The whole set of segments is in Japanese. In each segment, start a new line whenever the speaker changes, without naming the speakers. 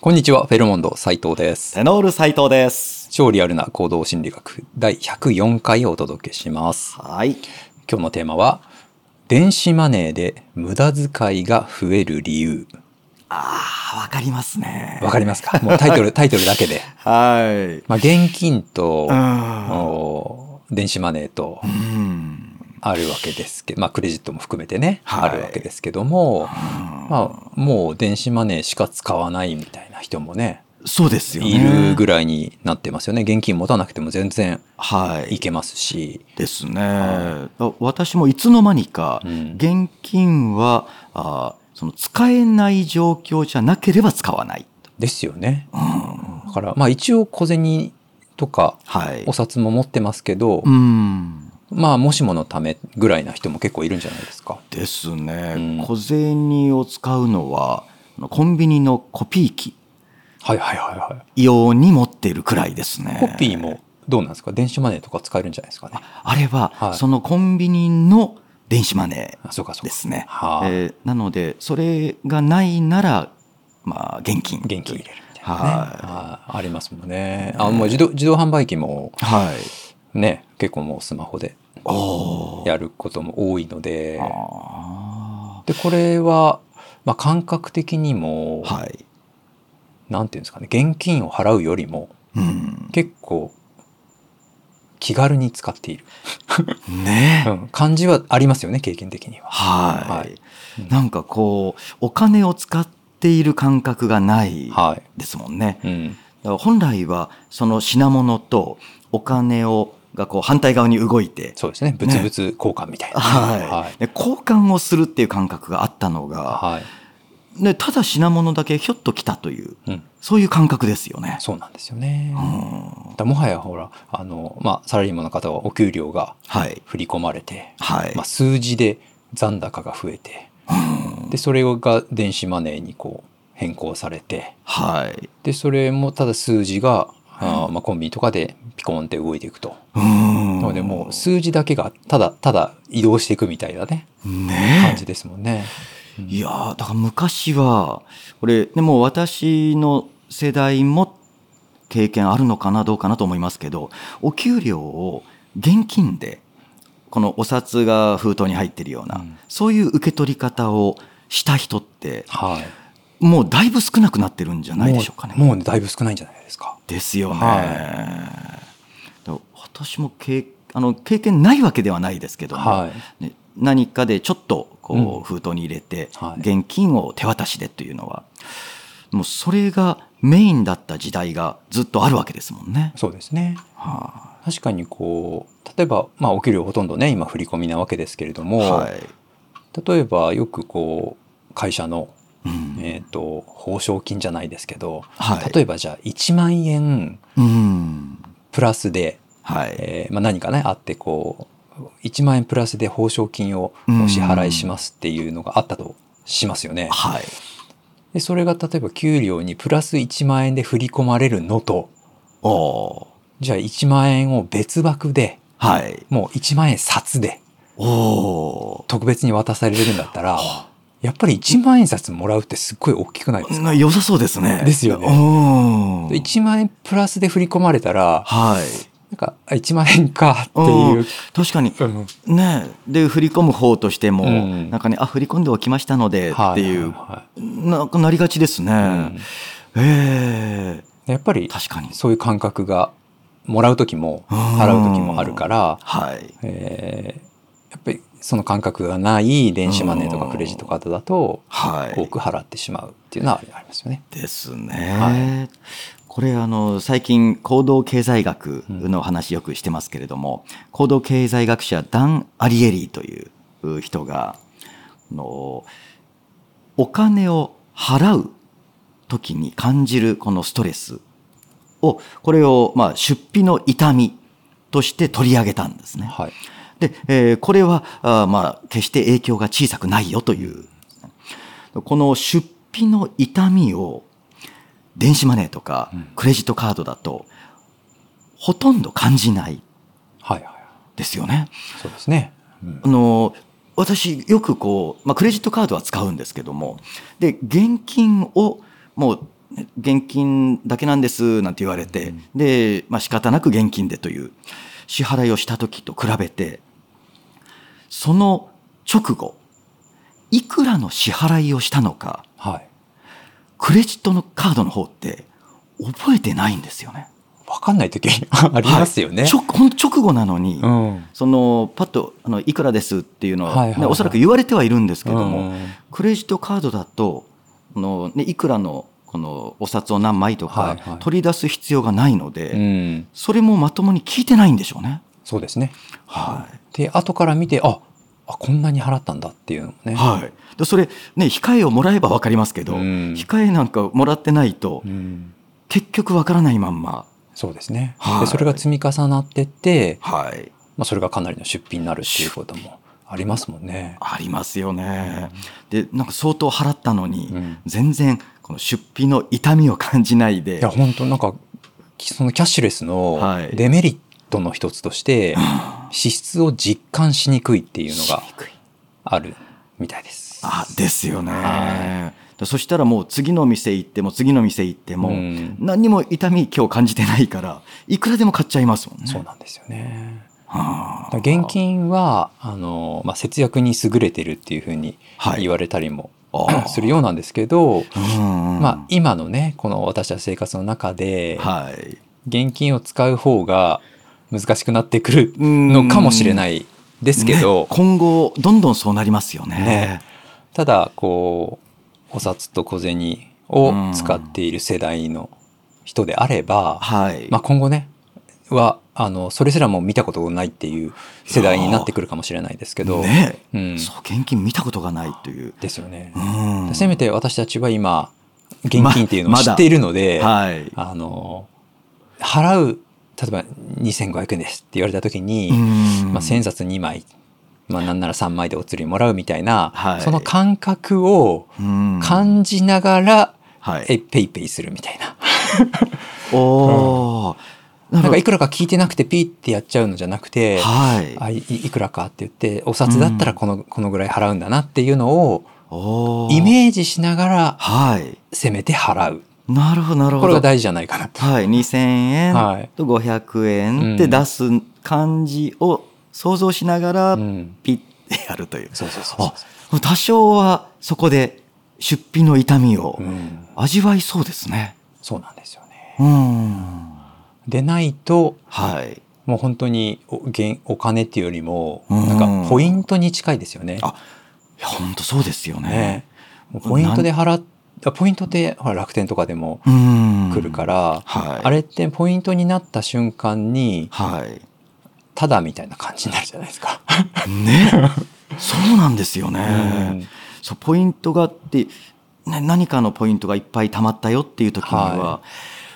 こんにちは、フェルモンド斉藤です。
テノール斉藤です。
超リアルな行動心理学第104回をお届けします。
はい。
今日のテーマは、電子マネーで無駄遣いが増える理由。
ああ、わかりますね。
わかりますかもうタイト ル、タイトルだけで。
はい。
まあ、現金と、
う
お電子マネーと
ん。
あるわけですけど、まあ、クレジットも含めてね、
はい
あるわけですけども、
まあ、
まあ、もう電子マネーしか使わないみたいな人もね、
そうですよね。
いるぐらいになってますよね。現金持たなくても全然
はいい。
けますし、
ですね、
は
私もいつの間にか、
うん
現金は、あーその使えない状況じゃなければ使わない。
ですよね。
うん
だから、まあ一応小銭とか
はい
お。札も持ってますけど、
うん。
まあもしものためぐらいな人も結構いるんじゃないですか。
ですね、
うん
小銭を使うのは、あのコンビニのコピー機
はいはいはいは
用に持っているくらいですね
い。。コピーもどうなんですか電子マネーとか使えるんじゃないですかね。
あれは、
はい
そのコンビニの電子マネ
あそうかそ
ー
うか。
ですね。
はい
えーなので、それがないなら、まあ、現金。
現金入れるみたいな、ね。
はい
はいありますもんね。あ、もう自動自動販売機も
はい。
ね、結構もうスマホで
おおー。
やることも多いので、
あ
で、これは、まあ感覚的にも、
ーはい。
なんていうんですかね、現金を払うよりも、
うん。
結構気軽に使っている、
ねえ
うん、感じはありますよね経験的には。
はい、
はいうん
なんかこう、お金を使っている感覚がない
は
ですもんね。
い、うん
だから本来は、その品物とお金を、がこう反対側に動いて、
そうですね物々交換みたいな。
は、
はい
で交換をするっていう感覚があったのが、
はい
ね、ただ品物だけひょっと来たという、
うん、
そういう感覚ですよね。
そうなんですよね。
うん
だもはやほらあの、まあ、サラリーマンの方はお給料が
はい。
振り込まれて、
はい。
まあ、数字で残高が増えて
うん
でそれが電子マネーにこう変更されて
はい。
でそれもただ数字が、あーまあ、コンビニとかでピコーンって動いていくと。
うん
なのでもう数字だけがただただ移動していくみたいなね感
ね
じですもんね。
え。いやーだから昔は、これ、でも私の世代も経験あるのかな、どうかなと思いますけど、お給料を現金で、このお札が封筒に入ってるような、
うん
そういう受け取り方をした人って、
はい。
もうだいぶ少なくなってるんじゃないでしょうかね。
もうもうだいぶ少ないんじゃないですか。
ですよね。
は
だから私も経あの経験ないわけではないですけども、
はい。
ね何かでちょっと
う
こ
ん
う封筒に入れて、
はい
現金を手渡しでというのはもうそれがメインだった時代がずっとあるわけですもんね。
そうですね。
は
確かにこう例えばまあお給料ほとんどね今振り込みなわけですけれど
い
も、
はい
例えばよくこう会社の
うん
えっ、と報奨金じゃないですけど、
はい
例えばじゃあ1万円
うん
プラスで、
はい
えーまあ、何かねあってこう1万円プラスで報奨金をお支払いしますっていうのがあったとしますよね。
はい
でそれが例えば給料にプラス1万円で振り込まれるのと
おお
じゃあ1万円を別枠で
ーはい
もう1万円札で
おお
特別に渡されるんだったら
は
やっぱり1万円札もらうってすっごい大きくないですか
な良さそうですね。
ですよね
おー
?1 万円プラスで振り込まれたら
はい。
なんかあ1万円かっていう。
確かに
うん
ねえで振り込む方としても、
うん
なんかねあ振り込んでおきましたのでっていう、
は
なんかなりがちですね、
いはいはいうん
ええ
やっぱり
確かに
そういう感覚がもらう時も
うん
払う時もあるから、
はい
えーやっぱりその感覚がない電子マネーとか
うん
クレジットカードだと
は
多
い
く払ってしまうっていうのはありますよね。
です
は
ね、これあの最近行動経済学の話よくしてますけれども、行動経済学者ダン・アリエリーという人があのお金を払う時に感じるこのストレスをこれをまあ出費の痛みとして取り上げたんですね。
はい、
で、えーこれはあーまあ決して影響が小さくないよというこの出費の痛みを電子マネーとか
うん
クレジットカードだとほとんど感じない
はい、は
ですよね。
い、そうですね。うん
あの私よくこう、まあ、クレジットカードは使うんですけどもで現金をもう現金だけなんですなんて言われて、で、まあ仕方なく現金でという支払いをした時と比べて、その直後、いくらの支払いをしたのか、
はい。
クレジットのカードの方って覚えてないんですよね。
わかんない時 ありますよね。
はい直ほんと直後なのに、
うん。
そのパッとあのいくらですっていうのは,、
はいはいはい
ね、おそらく言われてはいるんですけども、
うん
クレジットカードだとこの、ね、いくらのこのお札を何枚と
は
か
いはい
取り出す必要がないので、
うん。
それもまともに聞いてないんでしょうね。
そうですね。
は
で、後から見て、あ、あこんなに払ったんだっていうのもね。
いはい、でそれ、ね、控えをもらえば分かりますけど、
うん
控えなんかもらってないと、
うん。
結局分からないまんま、
そうですね。
は
で、
い
それが積み重なってって、
はい、
まあ、それがかなりの出費になるっていうこともありますもんね。
ありますよね。でなんか相当払ったのに、
うん
全然この出費の痛みを感じない
い
で
や、。本当なんか、きそのキャッシュレスの
はい
デメリットの一つと して、支出を実感しにくいっていうのが
しにくい
あるみたいです。
あですよね、
は
そしたらもう次の店行っても次の店行っても、
うん
何にも痛み今日感じてないからいくらでも買っちゃいますもんね。
そうなんですよね。
はあ
だから現金はあの、まあ、節約に優れてるっていうふうに
はい
言われたりも、
あ あ
するようなんですけど、
うんうん
まあ、今のねこの私たち生活の中で
はい、
現金を使う方が難しくなってくるのかもしれないですけ
ね
ど、
今後どんどんそうなりますよね。
ねただこうお札と小銭を使っている世代の人であれば、
はい、
まあ、今後ねはあのそれすらも見たことがないっていう世代になってくるかもしれないですけど、
ね、
うん、
そう現金見たことがないという。
ですよね
う。ん
せめて私たちは今現金っていうのを
まま
知
だ
っているので、
はい、
あの払う例えば2500円ですって言われた時に、
うん
まあ、1000冊2枚、まあ、なんなら3枚でお釣りもらうみたいな、
はい
その感覚を
うん
感じながら、
はい
えペイペイするみたいな。
おーな
なんかい
る
くらか聞いてなくてピーってやっちゃうのじゃなくて、
ほどはい
あいいくらかって言ってお札だったらこの,、このぐらい払うんだなっていうのを
おー
イメージしながら
はい
せめて払う
なるほどなるほ
これが
ど
大事じゃないかなと。
はい、2000
は
円
い
と500円って出す感じを想像しながら
うん
ピッてやるという、
そうそうそうそう
あ多少はそこで出費の痛みを
うん
味わいそうですね
そうなんですよね。
うん
でないと
はい
もう本当にお現お金っていうよりも
うん
なんかポイントに近いですよね。
あいや本当そうですよね
ねもうポイントで払っあポイントってほら楽天とかでも
うん
来るから、
はい
あれってポイントになった瞬間に
はい
ただみたいな感じになるじゃないですか。
ねそうなんですよね、
うん
そうポイントがあって、ね、何かのポイントがいっぱい溜まったよっていう時には、
は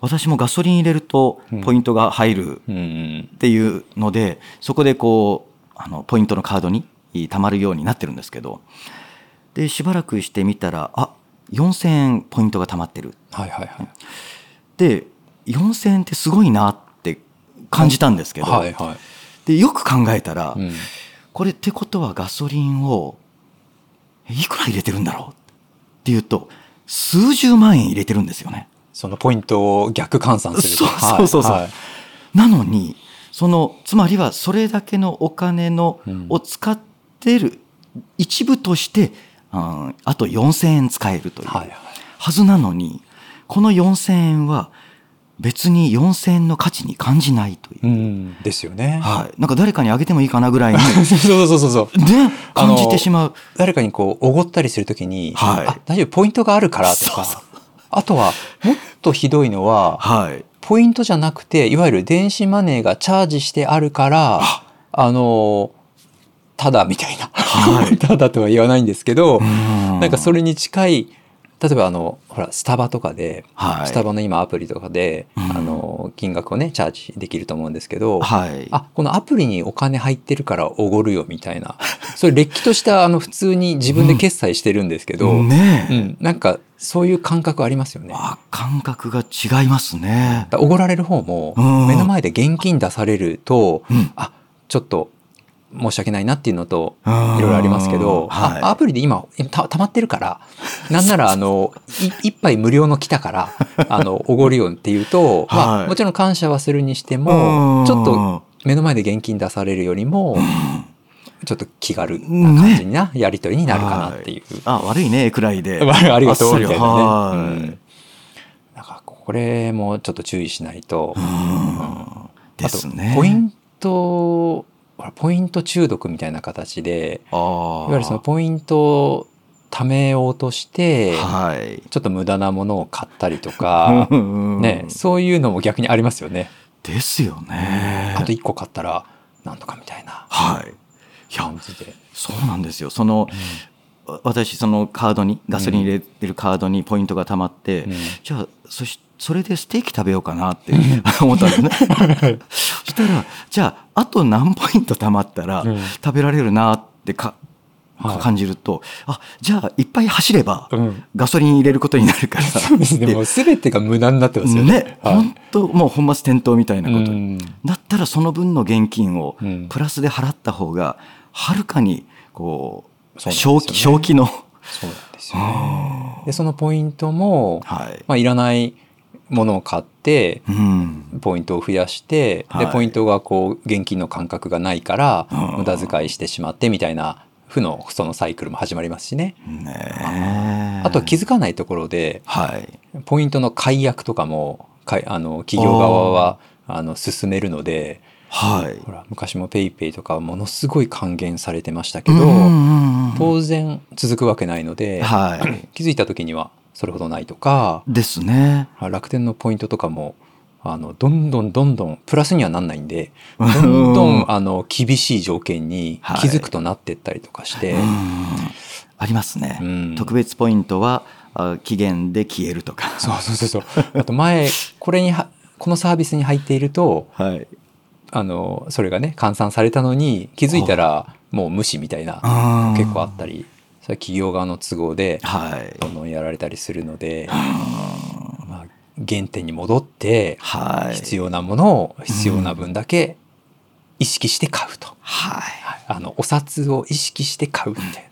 私もガソリン入れると
うん
ポイントが入る
うん
っていうので、そこでこうあのポイントのカードに溜まるようになってるんですけどでしばらくしてみたらあ4,000円ポイントが溜まってる
はいはいはい。
で4,000円ってすごいなって感じたんですけど、
はいは
でよく考えたら、
い。うん
これってことはガソリンをえいくら入れてるんだろうっていうと数十万円入れてるんですよね。
そのポイントを逆換算すると。
そうそうそうそう
はいはい
なのにそのつまりはそれだけのお金の、
うん
を使ってる一部として、うんあと4,000円使えるという
はいはい
はずなのにこの4,000円は別に4,000円の価値に感じないという
う、ん、ですよね。、
はい、なんか誰かにあげてもいいかなぐらいに、ね
そうそうそうそう。
感じてしまう。
誰かにこう、おごったりするときに、
はい
あ、大丈夫、ポイントがあるからとか、あとは、もっとひどいのは、
はい
ポイントじゃなくて、いわゆる電子マネーがチャージしてあるから、あの、ただみたいな。 ただとは言わないんですけど、
な
なんかそれに近い、例えばあの、ほら、スタバとかで、
はい、
スタバの今アプリとかで、
うん
あの、金額をね、チャージできると思うんですけど、
はい。
あこのアプリにお金入ってるからおごるよみたいなそれれっきとしたあの普通に自分で決済してるんですけど、うん
ねえ、
なんかそういう感覚ありますよね。
あ感覚が違いますね。
おごられる方も
うん
目の前で現金出されると、
うん
あちょっと申し訳ないなっていうのと、い
あー
ろいろありますけど、
はい
あアプリで今、た溜まってるから、なんなら、あの、い一杯無料の来た から、あの、おごるよっていうと、
は
ま
い
あ、もちろん感謝はするにして
う
も
ん、
ちょっと目の前で現金出されるよりも、ちょっと気軽な
ね
感じなやりとりになるかなっていう。
あ悪いねく らいで
ありがとう
っさ
みたい
は
なね。
い
うんなんか、これもちょっと注意しないと。
うんです
あと
ね
ポイントほらポイント中毒みたいな形で
あー
いわゆるそのポイントを貯めようとして
はい、
ちょっと無駄なものを買ったりとか
うん
ね、そういうのも逆にありますよね。
ですよね
あと1個買ったらなんとかみたいな
はいいや
感じで。
そうなんですよその、わ私そのカードにガソリン入れてるカードにポイントがたまって、
うん
じゃあそしそれでステーキ食べようか なって思ったんですねそしたらじゃああと何ポイントたまったら
うん
食べられるなってか、
はい
感じるとあじゃあいっぱい走れば
うん
ガソリン入れることになるから
そう ですね。もう全てが無駄になってますよね。
ね本当、もう本末転倒みたいな
う
こと、
ん
だったらその分の現金を
うん
プラスで払った方がはるかにこう
そうなんですよ
正
ね
気正気の
そうなんですよね。でそのポイントも、
はい、
まあ、いらないものを買って
うん、
ポイントを増やして、
はい
でポイントがこう現金の感覚がないから
うん
無駄遣いしてしまってみたいな負のそのサイクルも始まりますしね、
ねえ
あとは気づかないところで
はい
ポイントの解約とかもかいあの企業側はあの進めるので
はい
ほら昔も PayPay ペイペイとかはものすごい還元されてましたけど、
うん
当然続くわけないので、
はい
気づいた時にはそれほどないとか
ですね
楽天のポイントとかもあのどんどんどんどんプラスにはなんないんでどんど
うん
んあの厳しい条件に
はい
気づくとなってったりとかして、
うんありますね、
うん
特別ポイントはあ期限で消えるとか
そうそうそうそうあと前これにはこのサービスに入っていると
はい
あのそれがね換算されたのに気づいたらもう無視みたいな結構あったりそれは企業側の都合で
はい
どんどんやられたりするので、まあ、原点に戻って
はい
必要なものを必要な分だけ意識して買うと、
はい
はいあのお札を意識して買うみたい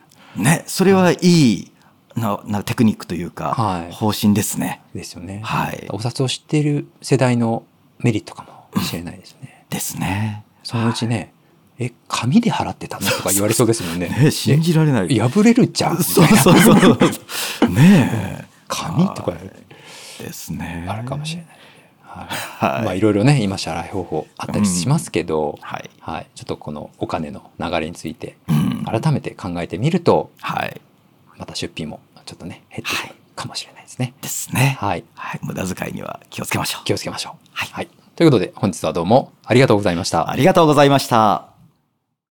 ね、それはいい、ななテクニックというか、
はい
方針ですね。
なですよね、
はい
お札を知っている世代のメリットかもしれないですね、
ですね。
そのうちね「え紙で払ってたの?」とか言われそうですもんね
ね、信じられない。
え破れるじゃんみた
そう
いな
そうそう。ねえ。
紙
はい
とか
ですね。
あるかもしれない、はい
はい
まあいろいろね今支払い方法あったりしますけど、
はい。
はい、ちょっとこのお金の流れについて
うん
改めて考えてみると
はい。
また出費もちょっとね減ってくるかもしれないですね。
ですね。はい。
はい、
無駄遣いには気をつけましょう。
気をつけましょう。
はい
はい、ということで本日はどうもありがとうございました。
ありがとうございました。